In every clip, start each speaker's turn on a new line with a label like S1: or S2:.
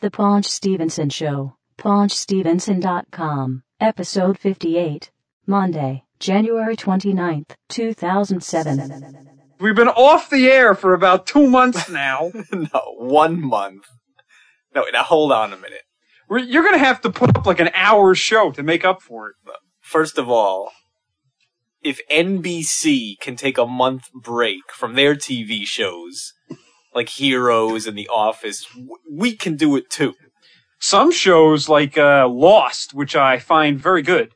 S1: The Paunch Stevenson Show, paunchstevenson.com, Episode 58, Monday, January 29th, 2007.
S2: We've been off the air for about two months now.
S3: no, one month. No, now hold on a minute.
S2: We're- You're going to have to put up like an hour show to make up for it.
S3: First of all, if NBC can take a month break from their TV shows, like Heroes and The Office, w- we can do it too.
S2: Some shows like uh, Lost, which I find very good,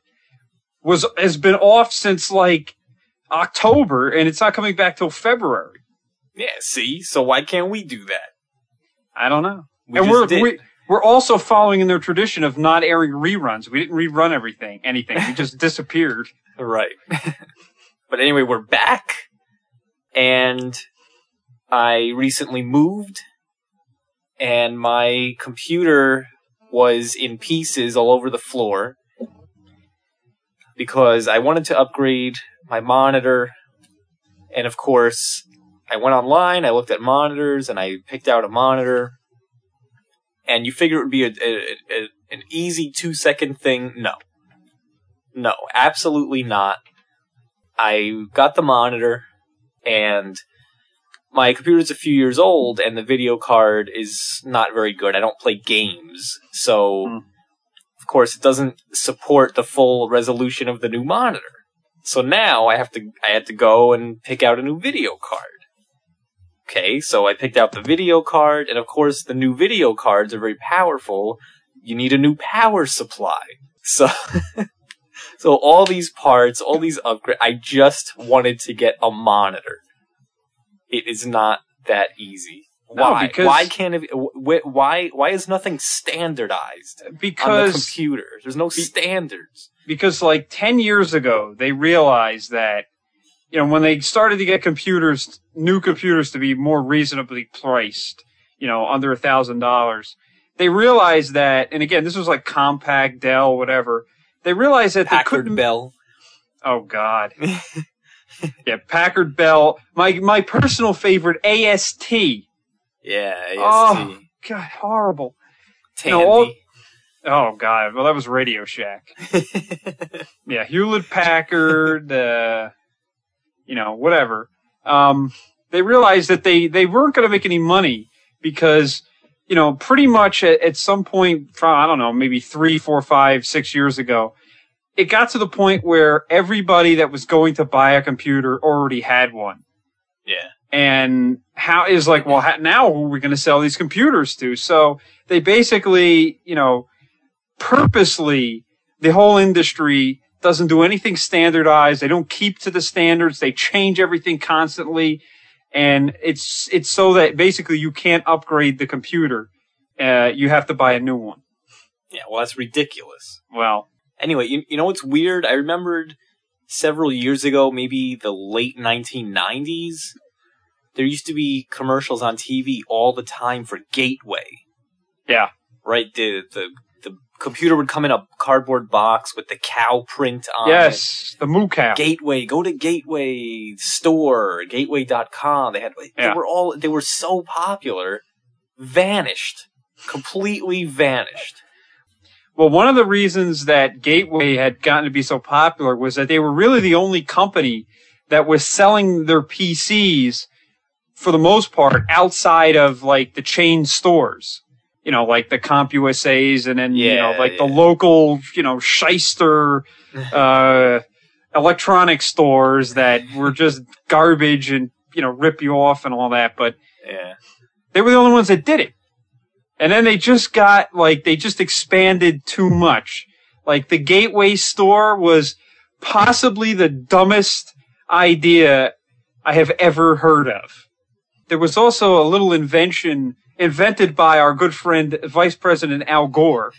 S2: was has been off since like October, and it's not coming back till February.
S3: Yeah, see? So why can't we do that?
S2: I don't know.
S3: We
S2: and
S3: just
S2: we're
S3: did.
S2: We, we're also following in their tradition of not airing reruns. We didn't rerun everything, anything. We just disappeared.
S3: Right. but anyway, we're back. And I recently moved. And my computer was in pieces all over the floor. Because I wanted to upgrade my monitor. And of course, I went online, I looked at monitors, and I picked out a monitor. And you figure it would be a, a, a- an easy two second thing. No. No, absolutely not. I got the monitor, and my computer's a few years old, and the video card is not very good. I don't play games, so
S2: Hmm.
S3: of course it doesn't support the full resolution of the new monitor. So now I have to I had to go and pick out a new video card. Okay, so I picked out the video card, and of course the new video cards are very powerful. You need a new power supply. So so all these parts, all these upgrades, I just wanted to get a monitor. It is not that easy.
S2: No,
S3: Why?
S2: because-
S3: why can't it? Wh- wh- why? Why is nothing standardized on the
S2: Because
S3: computer? There's no standards.
S2: because like 10 years ago they realized that you know when they started to get computers new computers to be more reasonably priced you know under a thousand dollars they realized that and again this was like compact dell whatever they realized that they
S3: Packard
S2: couldn't
S3: Bell.
S2: oh god yeah packard bell my my personal favorite ast
S3: Yeah. AST. Ah.
S2: Oh. god horrible
S3: Tandy.
S2: No, all- oh god well that was radio shack yeah, Hewlett Packard, uh, you know, whatever. Um, they realized that they, they weren't going to make any money because, you know, pretty much at, at some point from, I don't know, maybe three, four, five, six years ago, it got to the point where everybody that was going to buy a computer already had one.
S3: yeah.
S2: And how is like, well, how, now who are we going to sell these computers to? So they basically, you know, purposely the whole industry doesn't do anything standardized. They don't keep to the standards. They change everything constantly, and it's it's so that basically you can't upgrade the computer. Uh, you have to buy a new one.
S3: Yeah. Well, that's ridiculous.
S2: Well,
S3: Anyway, you, you know what's weird? I remembered several years ago, maybe the late 1990s, there used to be commercials on TV all the time for Gateway.
S2: Yeah.
S3: Right? The, the, the computer would come in a cardboard box with the cow print on it.
S2: yes, the Moo Cow.
S3: Gateway, go to Gateway store, gateway.com. They had
S2: Yeah.
S3: they were all they were so popular, vanished. Completely vanished.
S2: Well, one of the reasons that Gateway had gotten to be so popular was that they were really the only company that was selling their PCs for the most part outside of like the chain stores. You know, like the CompUSA's and then, you know,
S3: Yeah,
S2: like the
S3: yeah.
S2: local, you know, shyster, uh, electronic stores that were just garbage and, you know, rip you off and all that. But
S3: Yeah.
S2: they were the only ones that did it. And then they just got like they just expanded too much. Like the Gateway store was possibly the dumbest idea I have ever heard of. There was also a little invention invented by our good friend Vice President Al Gore,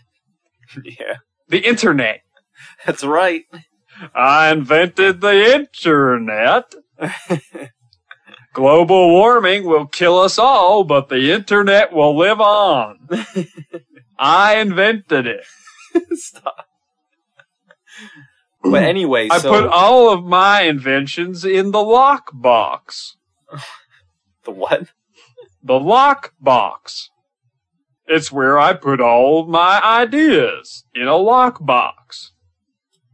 S3: Yeah.
S2: the internet.
S3: That's right.
S2: I invented the internet. Global warming will kill us all, but the internet will live on. I invented it.
S3: Stop. But anyway,
S2: I
S3: so
S2: put all of my inventions in the lockbox.
S3: the what?
S2: The lockbox. It's where I put all of my ideas in a lockbox.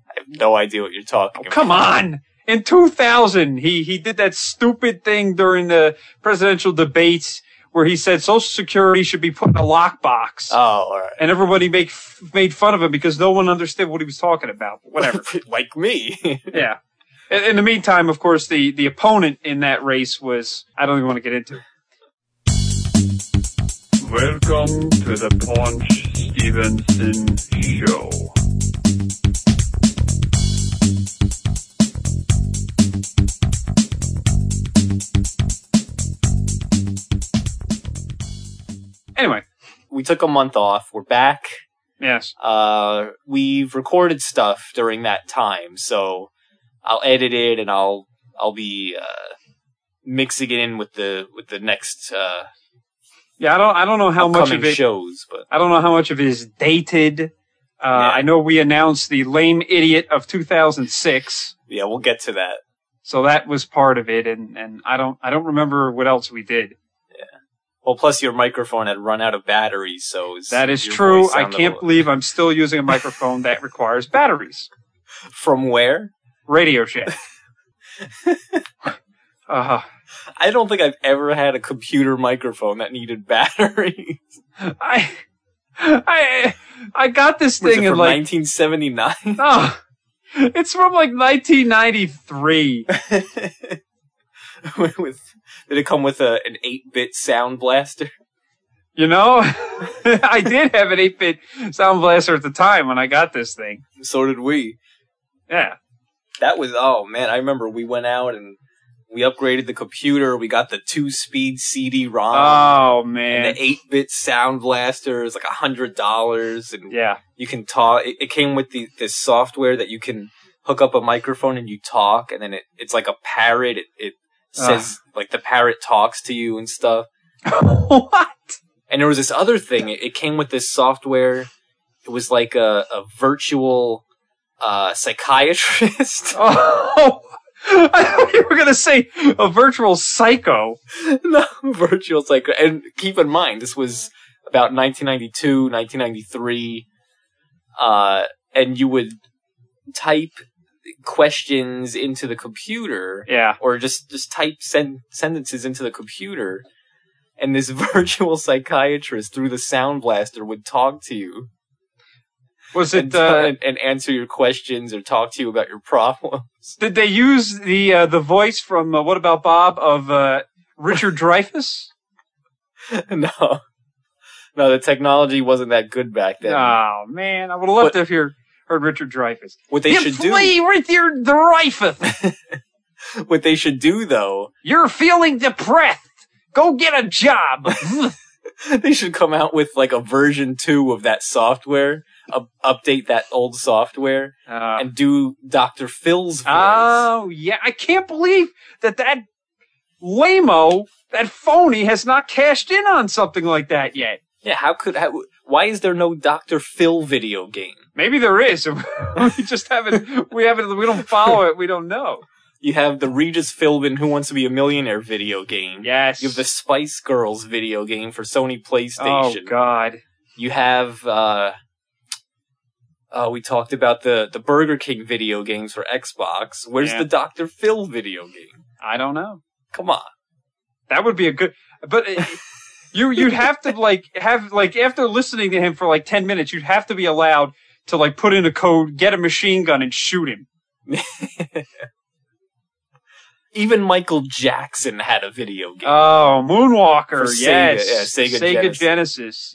S3: I have no idea what you're talking about.
S2: Oh, Come on. In 2000, he, he did that stupid thing during the presidential debates where he said Social Security should be put in a lockbox.
S3: Oh, all right.
S2: and everybody make, f- made fun of him because no one understood what he was talking about. But Whatever.
S3: like me.
S2: yeah. In, in the meantime, of course, the, the opponent in that race was, I don't even want to get into it. Welcome to the Paunch Stevenson Show. Anyway,
S3: we took a month off. We're back.
S2: yes.
S3: Uh, we've recorded stuff during that time, so I'll edit it and I'll I'll be uh, mixing it in with the with the next uh,
S2: Yeah, I don't I don't know how much
S3: upcoming
S2: of it
S3: shows. But
S2: I don't know how much of it is dated. Uh,
S3: Yeah.
S2: I know we announced the lame idiot of 2006,
S3: yeah, we'll get to that.
S2: so that was part of it, and, and I don't I don't remember what else we did.
S3: Well, plus your microphone had run out of battery, so it's-
S2: That is
S3: your
S2: true.
S3: voice
S2: I
S3: sounded a
S2: can't
S3: little-
S2: believe I'm still using a microphone that requires batteries.
S3: From where?
S2: Radio Shack. uh,
S3: I don't think I've ever had a computer microphone that needed battery.
S2: I I I got this
S3: Was it
S2: thing
S3: from
S2: in like
S3: 1979.
S2: oh, it's from like 1993.
S3: with did it come with a, an 8-bit sound blaster?
S2: You know, I did have an 8 bit sound blaster at the time when I got this thing.
S3: So did we.
S2: Yeah.
S3: That was oh man, I remember we went out and we upgraded the computer. We got the two-speed CD-ROM.
S2: Oh,
S3: Um, and
S2: man.
S3: the 8-bit sound blaster is like a hundred dollars, and
S2: Yeah.
S3: you can talk. It, it came with the, this software that you can hook up a microphone and you talk, and then it, it's like a parrot. It, it
S2: Ah.
S3: says like the parrot talks to you and stuff.
S2: what?
S3: And there was this other thing. It, it came with this software. It was like a, a virtual uh, psychiatrist.
S2: Oh, I thought you were going to say a virtual psycho.
S3: no, virtual psych. And keep in mind, this was about 1992, 1993. Uh, and you would type questions into the computer
S2: Yeah.
S3: or just, just type sen- sentences into the computer. And this virtual psychiatrist through the sound blaster would talk to you
S2: Was
S3: and,
S2: it, uh,
S3: and, and answer your questions or talk to you about your problem.
S2: did they use the, uh, the voice from uh, What About Bob of, uh, Richard Dreyfus?
S3: no, no, the technology wasn't that good back then.
S2: Oh, man. I would have loved to have hear- heard Richard Dreyfus.
S3: What they
S2: you
S3: should do
S2: flee Richard Dreyfus.
S3: what they should do though,
S2: You're feeling depressed. Go get a job.
S3: they should come out with like a version two of that software, up update that old software,
S2: Uh,
S3: and do Doctor Phil's voice.
S2: Oh yeah, I can't believe that that lameo, that phony, has not cashed in on something like that yet.
S3: yeah, how could how, why is there no Doctor Phil video game?
S2: Maybe there is. we just haven't. We haven't. We don't follow it. We don't know.
S3: You have the Regis Philbin Who Wants to Be a Millionaire video game.
S2: Yes.
S3: You have the Spice Girls video game for Sony
S2: oh
S3: PlayStation.
S2: God.
S3: You have uh, uh we talked about the the Burger King video games for Xbox. Where's
S2: Yeah.
S3: the Doctor Phil video game?
S2: I don't know.
S3: Come on.
S2: That would be a good. But uh, you you'd have to like have like after listening to him for like ten minutes, you'd have to be allowed to like put in a code, get a machine gun, and shoot him.
S3: Even Michael Jackson had a video game.
S2: Oh, Moonwalker,
S3: For Sega,
S2: yes.
S3: yeah, Sega Genesis.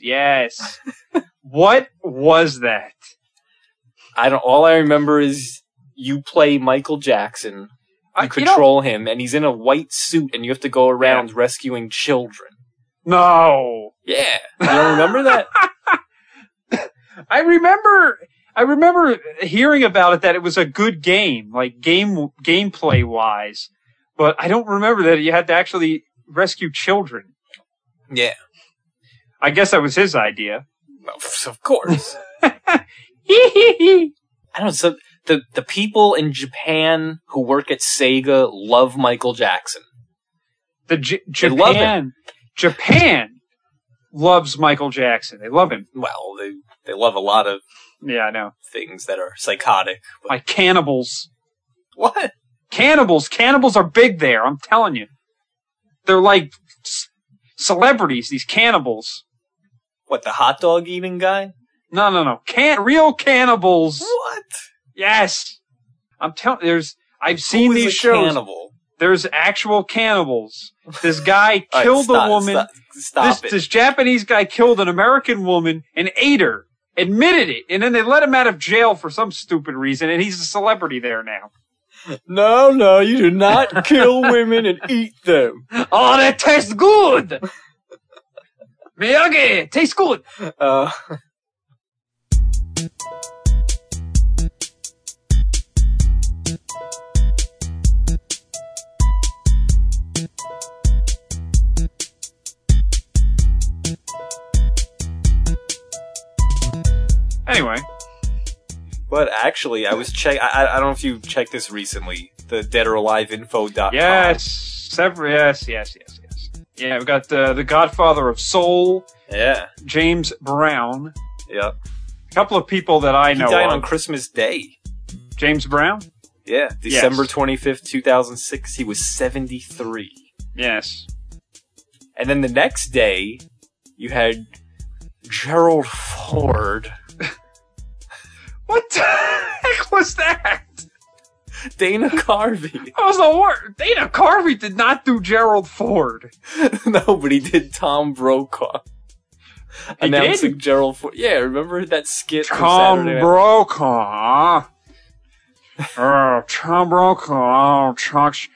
S2: Genesis. yes. what was that?
S3: I don't. All I remember is you play Michael Jackson, you
S2: I- you know-
S3: control him, and he's in a white suit, and you have to go around rescuing children.
S2: no.
S3: Yeah, you don't remember that?
S2: I remember I remember hearing about it that it was a good game, like game gameplay wise, but I don't remember that you had to actually rescue children.
S3: Yeah,
S2: I guess that was his idea.
S3: Well, of course.
S2: yeah,
S3: I don't. know, So the the people in Japan who work at Sega love Michael Jackson.
S2: the J-
S3: They love
S2: Japan. Japan. loves Michael Jackson. They love him.
S3: Well, they they love a lot of
S2: Yeah, I know.
S3: things that are psychotic. But
S2: Like cannibals.
S3: what?
S2: Cannibals. Cannibals are big there. I'm telling you. They're like c- celebrities, these cannibals.
S3: What the hot dog eating guy?
S2: No, no, no. Can- real cannibals.
S3: What?
S2: Yes. I'm telling, there's, I've seen
S3: Who is
S2: these
S3: a
S2: shows.
S3: Cannibal?
S2: There's actual cannibals. This guy
S3: All right,
S2: killed
S3: stop,
S2: a woman.
S3: Stop, stop
S2: this,
S3: it.
S2: this Japanese guy killed an American woman and ate her, admitted it, and then they let him out of jail for some stupid reason, and he's a celebrity there now.
S3: No, no, you do not kill women and eat them.
S2: Oh, that tastes good! Miyagi, tastes good!
S3: Uh,
S2: Anyway,
S3: but actually, I was check. I, I- I don't know if you checked this recently. The dead or alive info.com.
S2: yes, several, yes, yes, yes, yes. Yeah, we got uh, the Godfather of Soul,
S3: Yeah.
S2: James Brown.
S3: Yeah.
S2: A couple of people that I
S3: He
S2: know.
S3: died
S2: of.
S3: on Christmas Day.
S2: James Brown?
S3: Yeah. December 25th, 2006. He was 73.
S2: Yes.
S3: And then the next day, you had Gerald Ford,
S2: What the heck was that?
S3: Dana Carvey.
S2: That was the worst. Dana Carvey did not do Gerald Ford.
S3: no, but he did Tom Brokaw.
S2: He
S3: announcing Gerald Ford. Yeah, remember that skit? from
S2: Tom
S3: Saturday Night-
S2: Brokaw. oh, Tom Brokaw. Oh, Chuck's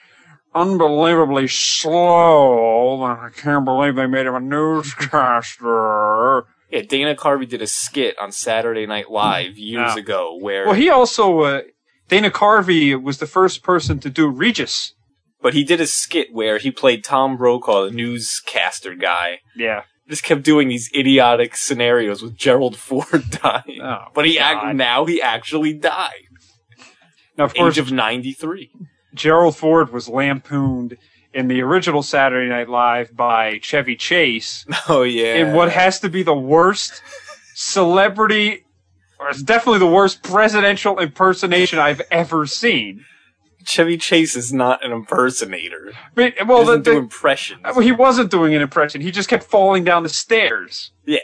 S2: unbelievably slow. I can't believe they made him a newscaster.
S3: Yeah, Dana Carvey did a skit on Saturday Night Live years
S2: Yeah.
S3: ago where,
S2: Well, he also, uh, Dana Carvey was the first person to do Regis.
S3: but he did a skit where he played Tom Brokaw, the newscaster guy.
S2: Yeah.
S3: Just kept doing these idiotic scenarios with Gerald Ford dying.
S2: Oh,
S3: but he act-
S2: God.
S3: now he actually died.
S2: Now, of
S3: Age
S2: course,
S3: of 93.
S2: Gerald Ford was lampooned in the original Saturday Night Live by Chevy Chase.
S3: Oh, yeah.
S2: in what has to be the worst celebrity, or it's definitely the worst presidential impersonation I've ever seen.
S3: Chevy Chase is not an impersonator.
S2: I mean,
S3: He
S2: well, the,
S3: doesn't do
S2: the,
S3: impressions.
S2: well, he wasn't doing an impression. He just kept falling down the stairs.
S3: Yeah.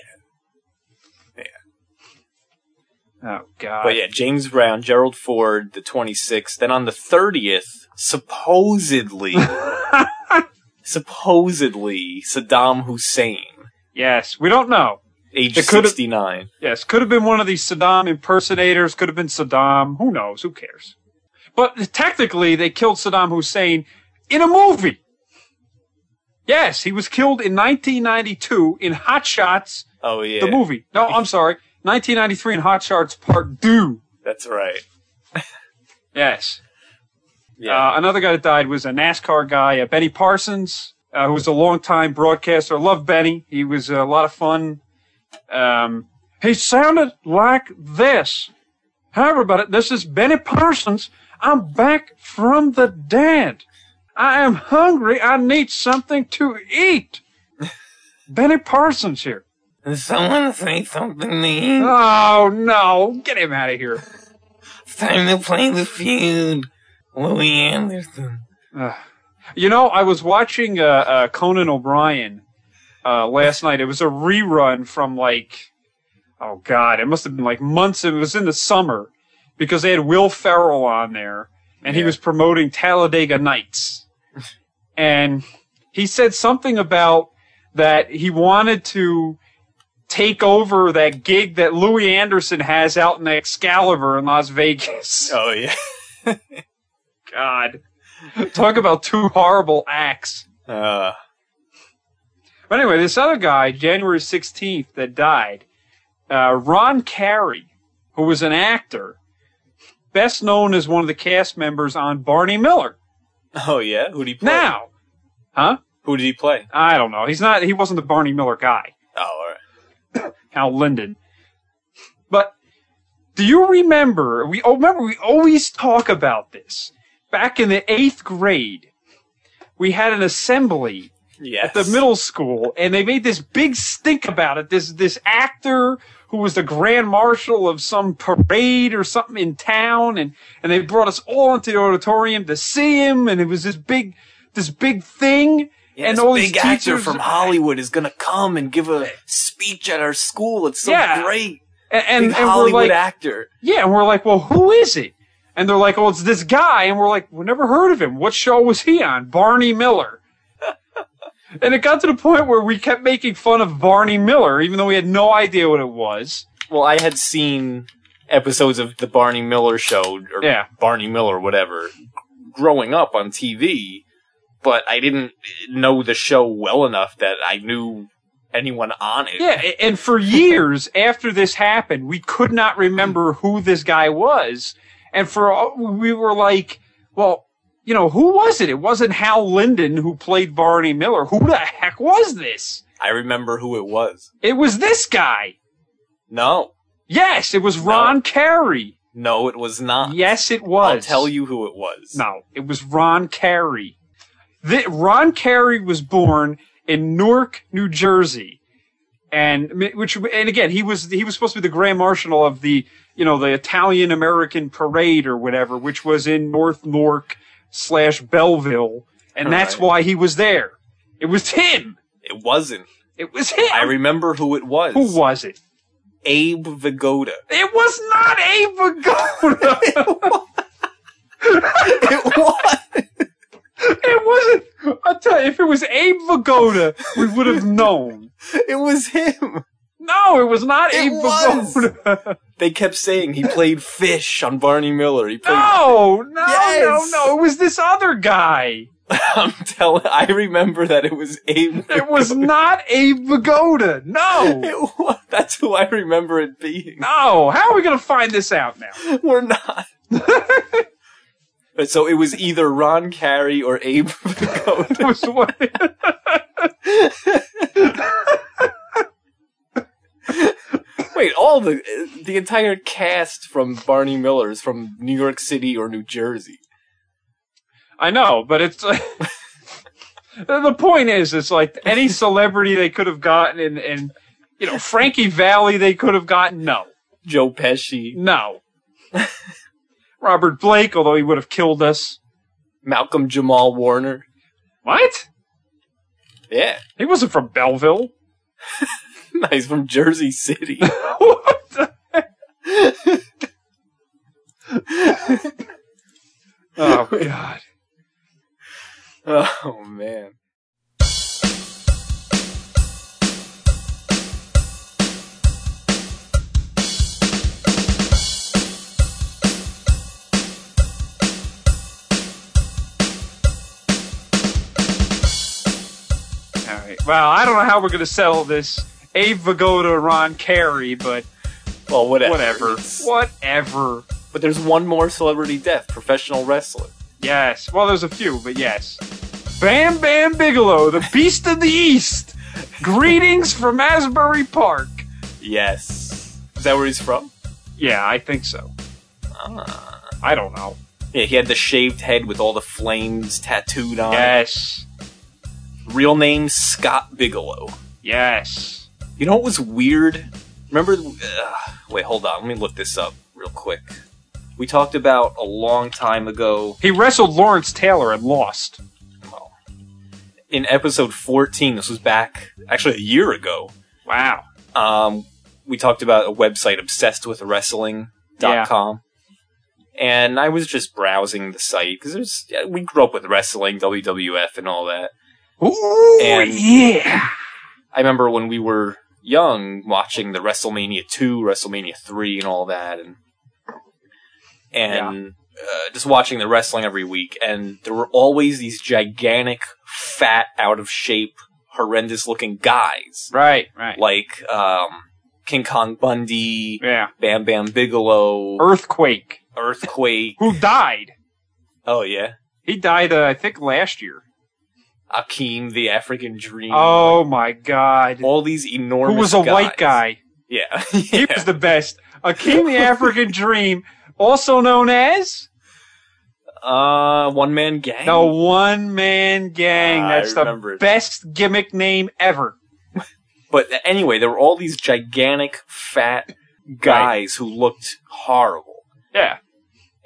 S2: Oh God!
S3: But yeah, James Brown, Gerald Ford, the 26th. Then on the 30th, supposedly, supposedly, Saddam Hussein,
S2: Yes, we don't know.
S3: age
S2: It could've-
S3: 69.
S2: Yes, could have been one of these Saddam impersonators. Could have been Saddam. Who knows? Who cares? But technically, they killed Saddam Hussein in a movie. Yes, he was killed in 1992 in Hot Shots
S3: Oh, yeah.
S2: the movie. No, I'm sorry. 1993 in Hot Shots Part 2.
S3: That's right.
S2: Yes.
S3: Yeah.
S2: Uh, another guy that died was a NASCAR guy, uh, Benny Parsons, uh, who was a longtime broadcaster. Love Benny. He was uh, a lot of fun. Um, he sounded like this. Hi, everybody. This is Benny Parsons. I'm back from the dead. I am hungry. I need something to eat. Benny Parsons here.
S4: Someone say something to you.
S2: Oh, no. Get him out of here.
S4: It's time to play the feud. Louis Anderson.
S2: Ugh. you know, I was watching uh, uh, Conan O'Brien uh, last night. It was a rerun from like, oh god, it must have been like months. It was in the summer because they had Will Ferrell on there, and he
S3: Yeah.
S2: was promoting Talladega Nights, and he said something about that he wanted to take over that gig that Louis Anderson has out in Excalibur in Las Vegas.
S3: oh, yeah.
S2: God. Talk about two horrible acts.
S3: Uh,
S2: But anyway, this other guy, January 16th, that died, uh, Ron Carey, who was an actor, best known as one of the cast members on Barney Miller.
S3: oh, yeah. Who did he play?
S2: Now, huh?
S3: Who did he play?
S2: I don't know. He's not, he wasn't the Barney Miller guy,
S3: Oh, all right.
S2: Hal Linden. But do you remember? We oh, remember we always talk about this. Back in the eighth grade, we had an assembly at the
S3: Yes.
S2: middle school, and they made this big stink about it. This this actor who was the grand marshal of some parade or something in town, and and they brought us all into the auditorium to see him, and it was this big this big thing,
S3: Yeah,
S2: and
S3: this
S2: all
S3: big
S2: these
S3: actor
S2: teachers
S3: from Hollywood is gonna come and give a speech at our school. It's so
S2: Yeah.
S3: great.
S2: and, and,
S3: And,
S2: and we're
S3: Hollywood
S2: like,
S3: actor.
S2: yeah, and we're like, well, who is it? And they're like, oh, it's this guy, and we're like, we never heard of him. What show was he on? Barney Miller. and it got to the point where we kept making fun of Barney Miller, even though we had no idea what it was.
S3: Well, I had seen episodes of the Barney Miller show or
S2: Yeah.
S3: Barney Miller whatever growing up on TV, but I didn't know the show well enough that I knew anyone on it.
S2: Yeah, a- and for years after this happened, we could not remember who this guy was, and for all, we were like, well, you know, who was it? It wasn't Hal Linden who played Barney Miller. Who the heck was this?
S3: I remember who it was.
S2: It was this guy.
S3: No.
S2: Yes, it was Ron Carey.
S3: No, it was not.
S2: Yes, it was.
S3: I'll tell you who it was.
S2: No, it was Ron Carey. Th- Ron Carey was born in Newark, New Jersey, and m- which and again he was he was supposed to be the grand marshal of the you know the Italian American parade or whatever, which was in North Newark slash Belleville, and that's
S3: Right.
S2: why he was there. It was him.
S3: It wasn't.
S2: It was him.
S3: I remember who it was.
S2: Who was it?
S3: Abe Vigoda.
S2: It was not Abe Vigoda.
S3: it was.
S2: It wasn't. I tell you, if it was Abe Vigoda, we would have known.
S3: It was him.
S2: No, it was not
S3: It
S2: Abe
S3: was.
S2: Vigoda.
S3: They kept saying he played Fish on Barney Miller. He played.
S2: No, no,
S3: Yes.
S2: no, no. It was this other guy.
S3: I'm telling. I remember that it was Abe.
S2: It was not Abe Vigoda. No,
S3: It was. That's who I remember it being.
S2: no. How are we gonna find this out now?
S3: We're not. But so it was either Ron Carey or Abe Vigoda.
S2: It was what-
S3: Wait, all the the entire cast from Barney Miller is from New York City or New Jersey.
S2: I know, but it's. the point is, it's like any celebrity they could have gotten, and, and you know Frankie Valley they could have gotten. No,
S3: Joe Pesci,
S2: no. Robert Blake, although he would have killed us.
S3: Malcolm Jamal Warner.
S2: What?
S3: Yeah,
S2: He wasn't from Belleville.
S3: he's from Jersey City.
S2: what? the- oh God!
S3: oh man.
S2: All right. Well, I don't know how we're gonna settle this. Abe Vigoda, Ron Carey, but
S3: Well, whatever.
S2: whatever.
S3: It's-
S2: Whatever.
S3: But there's one more celebrity death: professional wrestler.
S2: Yes. Well, there's a few, but yes. Bam Bam Bigelow, the Beast of the East. Greetings from Asbury Park.
S3: Yes. Is that where he's from?
S2: Yeah, I think so. I don't know.
S3: Yeah, he had the shaved head with all the flames tattooed on. it.
S2: Yes.
S3: Real name Scott Bigelow.
S2: Yes.
S3: You know what was weird? Remember? Uh, wait, hold on. Let me look this up real quick. We talked about a long time ago.
S2: He wrestled Lawrence Taylor and lost.
S3: Well, in episode 14, this was back actually a year ago.
S2: Wow.
S3: Um, we talked about a website obsessed with wrestling.com. And I was just browsing the site because there's yeah, we grew up with wrestling, WWF, and all that.
S2: Ooh,
S3: And-
S2: yeah.
S3: I remember when we were young watching the WrestleMania 2, WrestleMania 3 and all that and and uh, just watching the wrestling every week and there were always these gigantic fat out of shape horrendous looking guys
S2: Right, right.
S3: like um King Kong Bundy,
S2: Yeah.
S3: Bam Bam Bigelow,
S2: Earthquake,
S3: Earthquake.
S2: who died.
S3: Oh yeah.
S2: He died, uh, I think, last year.
S3: Akeem the African Dream.
S2: Oh my God.
S3: all these enormous
S2: Who was a white
S3: guys.
S2: guy?
S3: Yeah.
S2: He was the best. Akeem the African Dream, also known as
S3: Uh, one man gang.
S2: The one man gang.
S3: Ah, I
S2: That's the
S3: remember it.
S2: best gimmick name ever.
S3: But anyway, there were all these gigantic, fat guys who looked horrible.
S2: Yeah.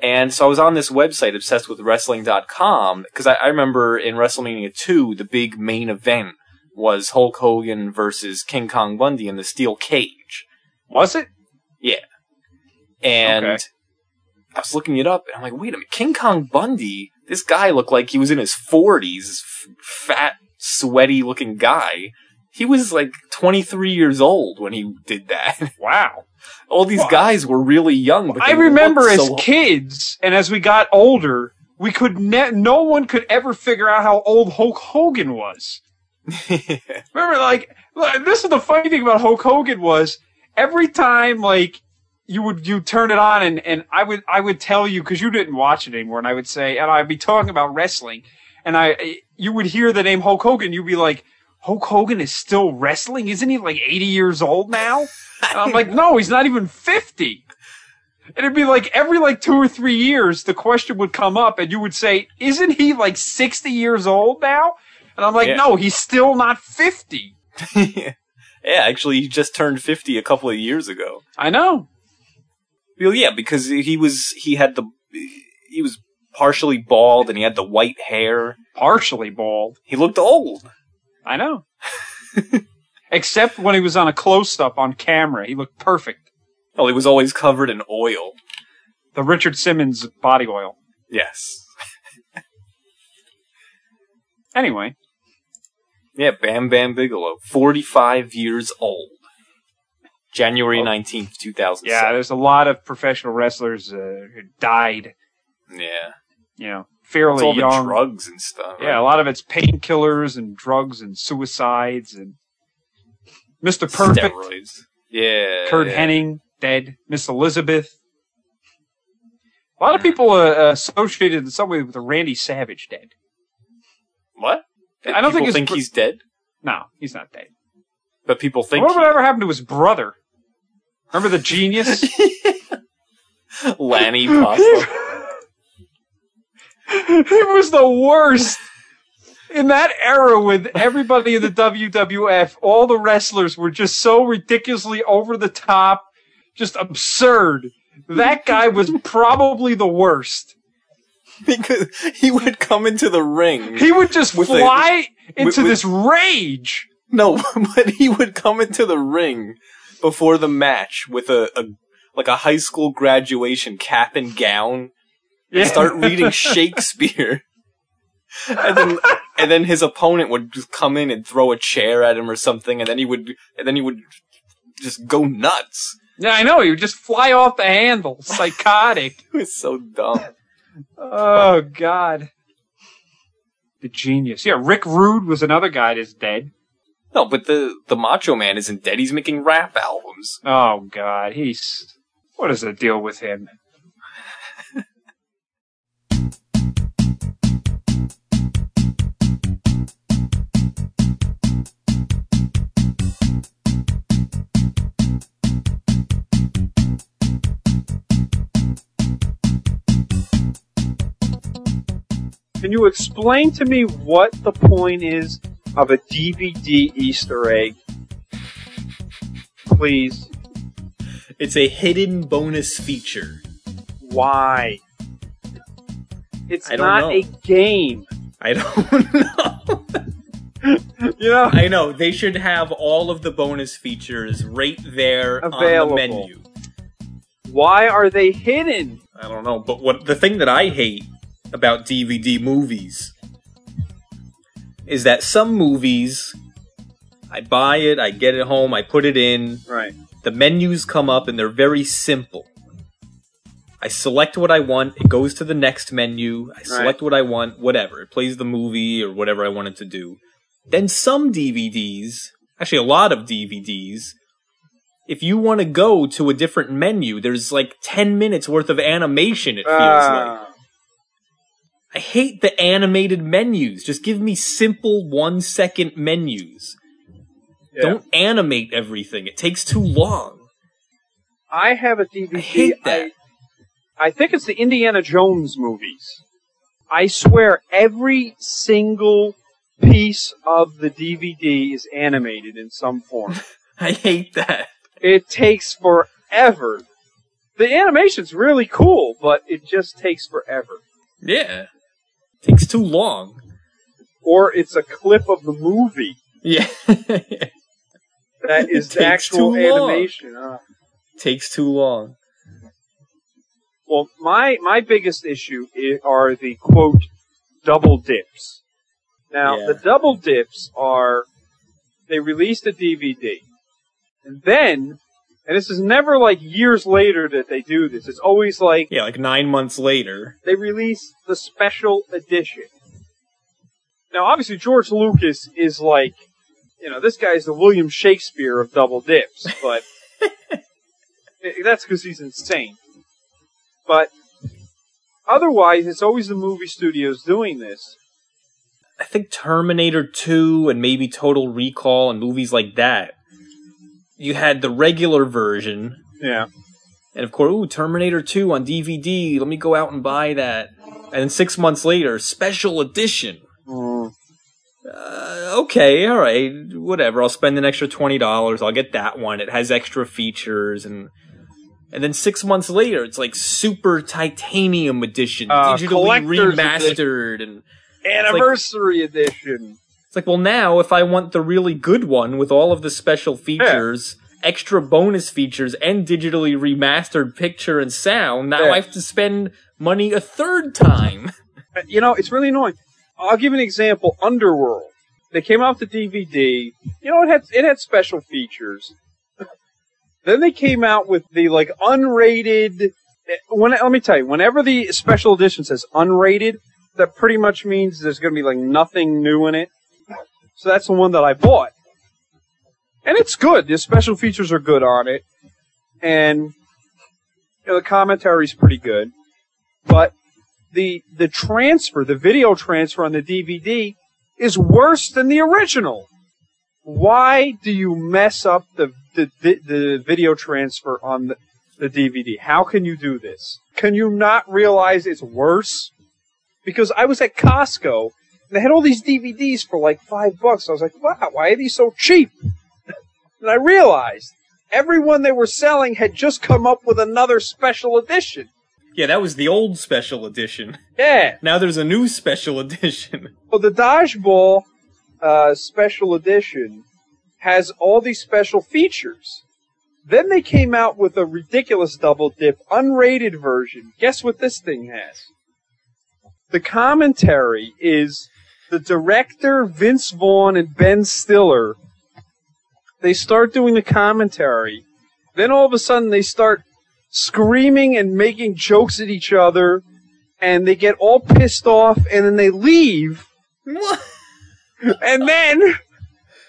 S3: And so I was on this website, obsessed with wrestling.com, because I, I remember in WrestleMania 2, the big main event was Hulk Hogan versus King Kong Bundy in the steel cage.
S2: Was it?
S3: And
S2: Okay.
S3: I was looking it up, and I'm like, wait a minute, King Kong Bundy, this guy looked like he was in his 40s, this f- fat, sweaty looking guy. He was like 23 years old when he did that.
S2: Wow.
S3: all these
S2: Well,
S3: guys were really young. But
S2: I
S3: they
S2: remember
S3: looked
S2: as
S3: so-
S2: kids and as we got older, we could ne- no one could ever figure out how old Hulk Hogan was. Remember, like like, this is the funny thing about Hulk Hogan was every time like you would you turn it on and, and I would I would tell you because you didn't watch it anymore and I would say and I'd be talking about wrestling and I you would hear the name Hulk Hogan you'd be like Hulk Hogan is still wrestling isn't he like eighty years old now and I'm like no he's not even fifty and it'd be like every like two or three years the question would come up and you would say isn't he like sixty years old now and I'm like
S3: Yeah.
S2: no he's still not fifty
S3: yeah, actually, he just turned fifty a couple of years ago.
S2: I know.
S3: Well, yeah, because he was he had the he was partially bald and he had the white hair.
S2: Partially bald.
S3: He looked old.
S2: I know. Except when he was on a close up on camera, he looked perfect.
S3: Oh, he was always covered in oil.
S2: The Richard Simmons body oil.
S3: Yes.
S2: Anyway,
S3: Yeah, Bam Bam Bigelow, forty-five years old. January
S2: Oh.
S3: nineteenth, two thousand.
S2: yeah, there's a lot of professional wrestlers uh, who died,
S3: yeah.
S2: you know,
S3: It's
S2: fairly
S3: all the
S2: young.
S3: drugs and stuff.
S2: yeah, a lot of it's painkillers and drugs and suicides and Mr.
S3: right?
S2: Perfect,
S3: Steroids. Yeah.
S2: Kurt
S3: yeah.
S2: Henning, dead, Miss Elizabeth. A lot of people uh, associated in some way with Randy Savage dead.
S3: What?
S2: I don't think
S3: People
S2: it's
S3: think
S2: pr-
S3: he's dead,
S2: No, he's not dead.
S3: but people
S2: I
S3: think
S2: wonder whatever happened to his brother. Remember the genius? he
S3: Lanny Pasta.
S2: he was the worst. In that era with everybody in the WWF, all the wrestlers were just so ridiculously over the top, just absurd. That guy was probably the worst.
S3: because he would come into the ring.
S2: He would just
S3: With a-
S2: fly
S3: with-
S2: into
S3: with-
S2: this rage.
S3: No, but he would come into the ring before the match with a, a like a high school graduation cap and gown.
S2: Yeah.
S3: Start reading Shakespeare. And then and then his opponent would just come in and throw a chair at him or something and then he would and then he would just go nuts.
S2: Yeah, I know. He would just fly off the handle. Psychotic.
S3: It was so dumb.
S2: Oh God. The genius. Yeah, Rick Rude was another guy that's dead.
S3: No, but the the Macho Man isn't dead. He's making rap albums.
S2: Oh God, he's what is the deal with him?
S5: Can you explain to me what the point is of a DVD Easter egg? Please.
S3: It's a hidden bonus feature.
S5: Why? It's
S6: I don't
S5: not
S6: know.
S5: a game.
S6: I don't know.
S5: You know,
S6: I know they should have all of the bonus features right there
S5: Available.
S6: on the menu.
S5: why are they hidden?
S6: I don't know, but what the thing that I hate about DVD movies is that some movies I buy it, I get it home, I put it in,
S5: Right.
S6: the menus come up and they're very simple. I select what I want, it goes to the next menu, I select what I want, whatever. It plays the movie or whatever I want it to do. Then some DVDs, actually a lot of DVDs, if you want to go to a different menu, there's like 10 minutes worth of animation, it feels like.
S2: Uh,
S5: Ah.
S6: I hate the animated menus. Just give me simple one second menus.
S5: Yeah.
S6: Don't animate everything, it takes too long.
S5: I have a DVD.
S6: I hate that.
S5: I, I think it's the Indiana Jones movies.
S2: I swear every single piece of the DVD is animated in some form.
S3: I hate that.
S2: it takes forever. The animation's really cool, but it just takes forever.
S3: Yeah. Takes too long.
S2: Or it's a clip of the movie
S3: Yeah.
S2: that is the
S3: Takes
S2: actual
S3: too long.
S2: animation. Uh,
S3: Takes too long.
S2: well, my my biggest issue i are the quote double dips. Now
S3: Yeah.
S2: the double dips are they released a DVD, and then, and this is never like years later that they do this. It's always like
S3: Yeah, like nine months later.
S2: they release the special edition. Now, obviously, George Lucas is like, you know, this guy's the William Shakespeare of double dips, but i- that's because he's insane. But otherwise, it's always the movie studios doing this.
S3: I think Terminator 2 and maybe Total Recall and movies like that. You had the regular version,
S2: Yeah.
S3: and of course, ooh, Terminator 2 on DVD. Let me go out and buy that. And then six months later, special edition. Uh, okay, all right, whatever. I'll spend an extra twenty dollars. I'll get that one. It has extra features, and and then six months later, it's like super titanium edition,
S2: Uh,
S3: digitally
S2: collector's
S3: remastered, and
S2: Anniversary edition.
S3: it's like, well, now if I want the really good one with all of the special features, extra bonus features, and digitally remastered picture and sound, now
S2: Yeah.
S3: I have to spend money a third time.
S2: You know, it's really annoying. I'll give you an example. Underworld. They came off the DVD. You know, it had it had special features. then they came out with the like unrated. eh, When let me tell you, whenever the special edition says unrated, that pretty much means there's going to be like nothing new in it. So that's the one that I bought, and it's good. The special features are good on it, and you know, the commentary's pretty good. But the the transfer, the video transfer on the DVD is worse than the original. Why do you mess up the the, the, the video transfer on the, the DVD? How can you do this? Can you not realize it's worse? Because I was at Costco and they had all these DVDs for like five bucks. I was like, wow, why are these so cheap? And I realized everyone they were selling had just come up with another special edition.
S3: Yeah, that was the old special edition.
S2: Yeah.
S3: Now there's a new special edition.
S2: Well, the dodgeball uh, special edition has all these special features. Then they came out with a ridiculous double dip, unrated version. Guess what this thing has? The commentary is the director, Vince Vaughn, and Ben Stiller. They start doing the commentary. Then all of a sudden they start screaming and making jokes at each other and they get all pissed off and then they leave and then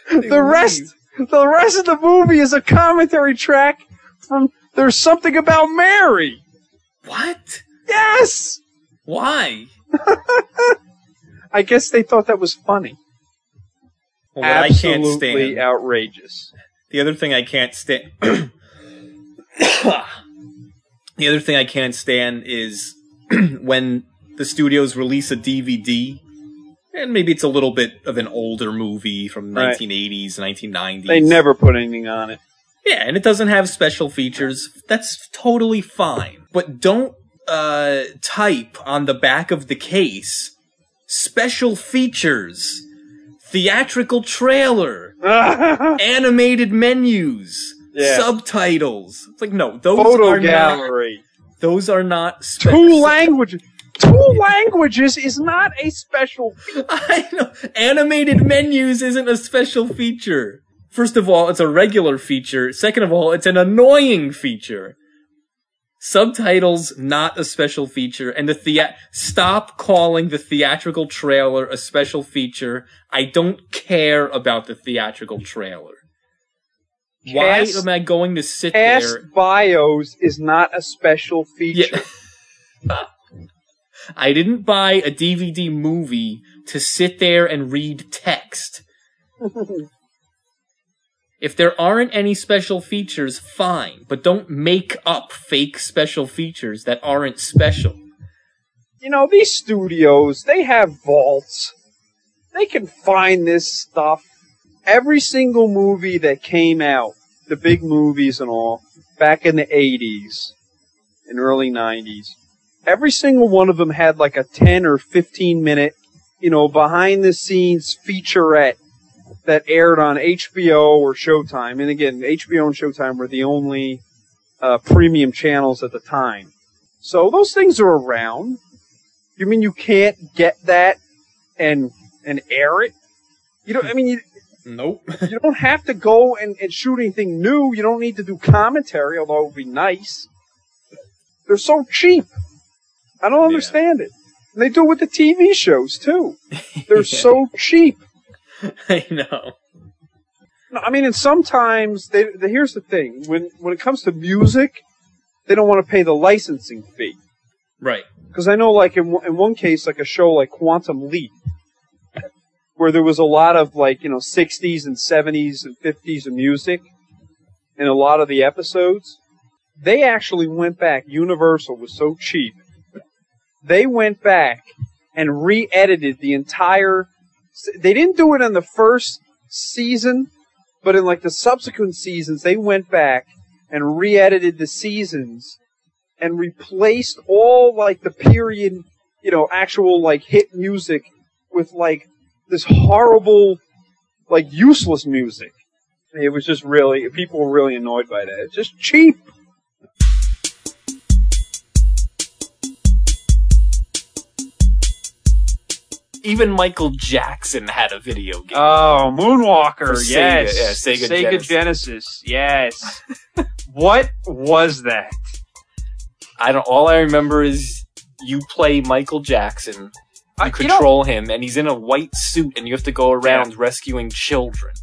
S2: the rest the rest of the movie is a commentary track from there's something about mary
S3: What?
S2: yes
S3: Why?
S2: i guess they thought that was funny
S3: Well, what
S2: absolutely
S3: I can't stand.
S2: outrageous
S3: the other thing I can't stand. the other thing I can't stand is when the studios release a DVD, and maybe it's a little bit of an older movie from
S2: Right.
S3: 1980s, 1990s.
S2: they never put anything on it
S3: Yeah, and it doesn't have special features. That's totally fine. But don't uh, type on the back of the case special features, theatrical trailer, animated menus,
S2: Yeah.
S3: subtitles. It's like no, those
S2: photo
S3: are
S2: gallery
S3: not. Those are not spe-
S2: two languages two languages is not a special
S3: I know. Animated menus isn't a special feature. First of all, it's a regular feature. Second of all, it's an annoying feature. Subtitles not a special feature, and the thea- stop calling the theatrical trailer a special feature. I don't care about the theatrical trailer. Why
S2: Cast-
S3: am I going to sit
S2: cast
S3: there?
S2: bios is not a special feature
S3: Yeah. I didn't buy a DVD movie to sit there and read text. If there aren't any special features, fine, but don't make up fake special features that aren't special.
S2: you know, these studios, they have vaults. They can find this stuff. Every single movie that came out, the big movies and all, back in the 80s and early 90s, every single one of them had like a 10 or 15 minute, you know, behind the scenes featurette that aired on HBO or Showtime. And again, HBO and Showtime were the only uh, premium channels at the time. So those things are around. You mean you can't get that and and air it? You don't. I mean, you,
S7: Nope.
S2: you don't have to go and, and shoot anything new. You don't need to do commentary, although it would be nice. They're so cheap. I don't understand it. And they do it with the TV shows too. They're so cheap.
S7: I know.
S2: No, I mean, and sometimes they, the, here's the thing: when when it comes to music, they don't want to pay the licensing fee.
S7: Right.
S2: Because I know, like in one- in one case, like a show like Quantum Leap, where there was a lot of like you know '60s and '70s and '50s of music in a lot of the episodes. They actually went back. Universal was so cheap, they went back and re-edited the entire. They didn't do it in the first season, but in like the subsequent seasons, they went back and re-edited the seasons and replaced all like the period, you know, actual like hit music with like this horrible, like useless music. It was just really people were really annoyed by that. It's just cheap.
S3: Even Michael Jackson had a video game. Uh,
S8: Oh, Moonwalker,
S3: For Sega,
S8: yes.
S3: yeah, Sega
S8: Genesis. yes. what was that?
S3: I don't. All I remember is you play Michael Jackson. You
S8: I- you know-
S3: control him, and he's in a white suit, and you have to go around rescuing children.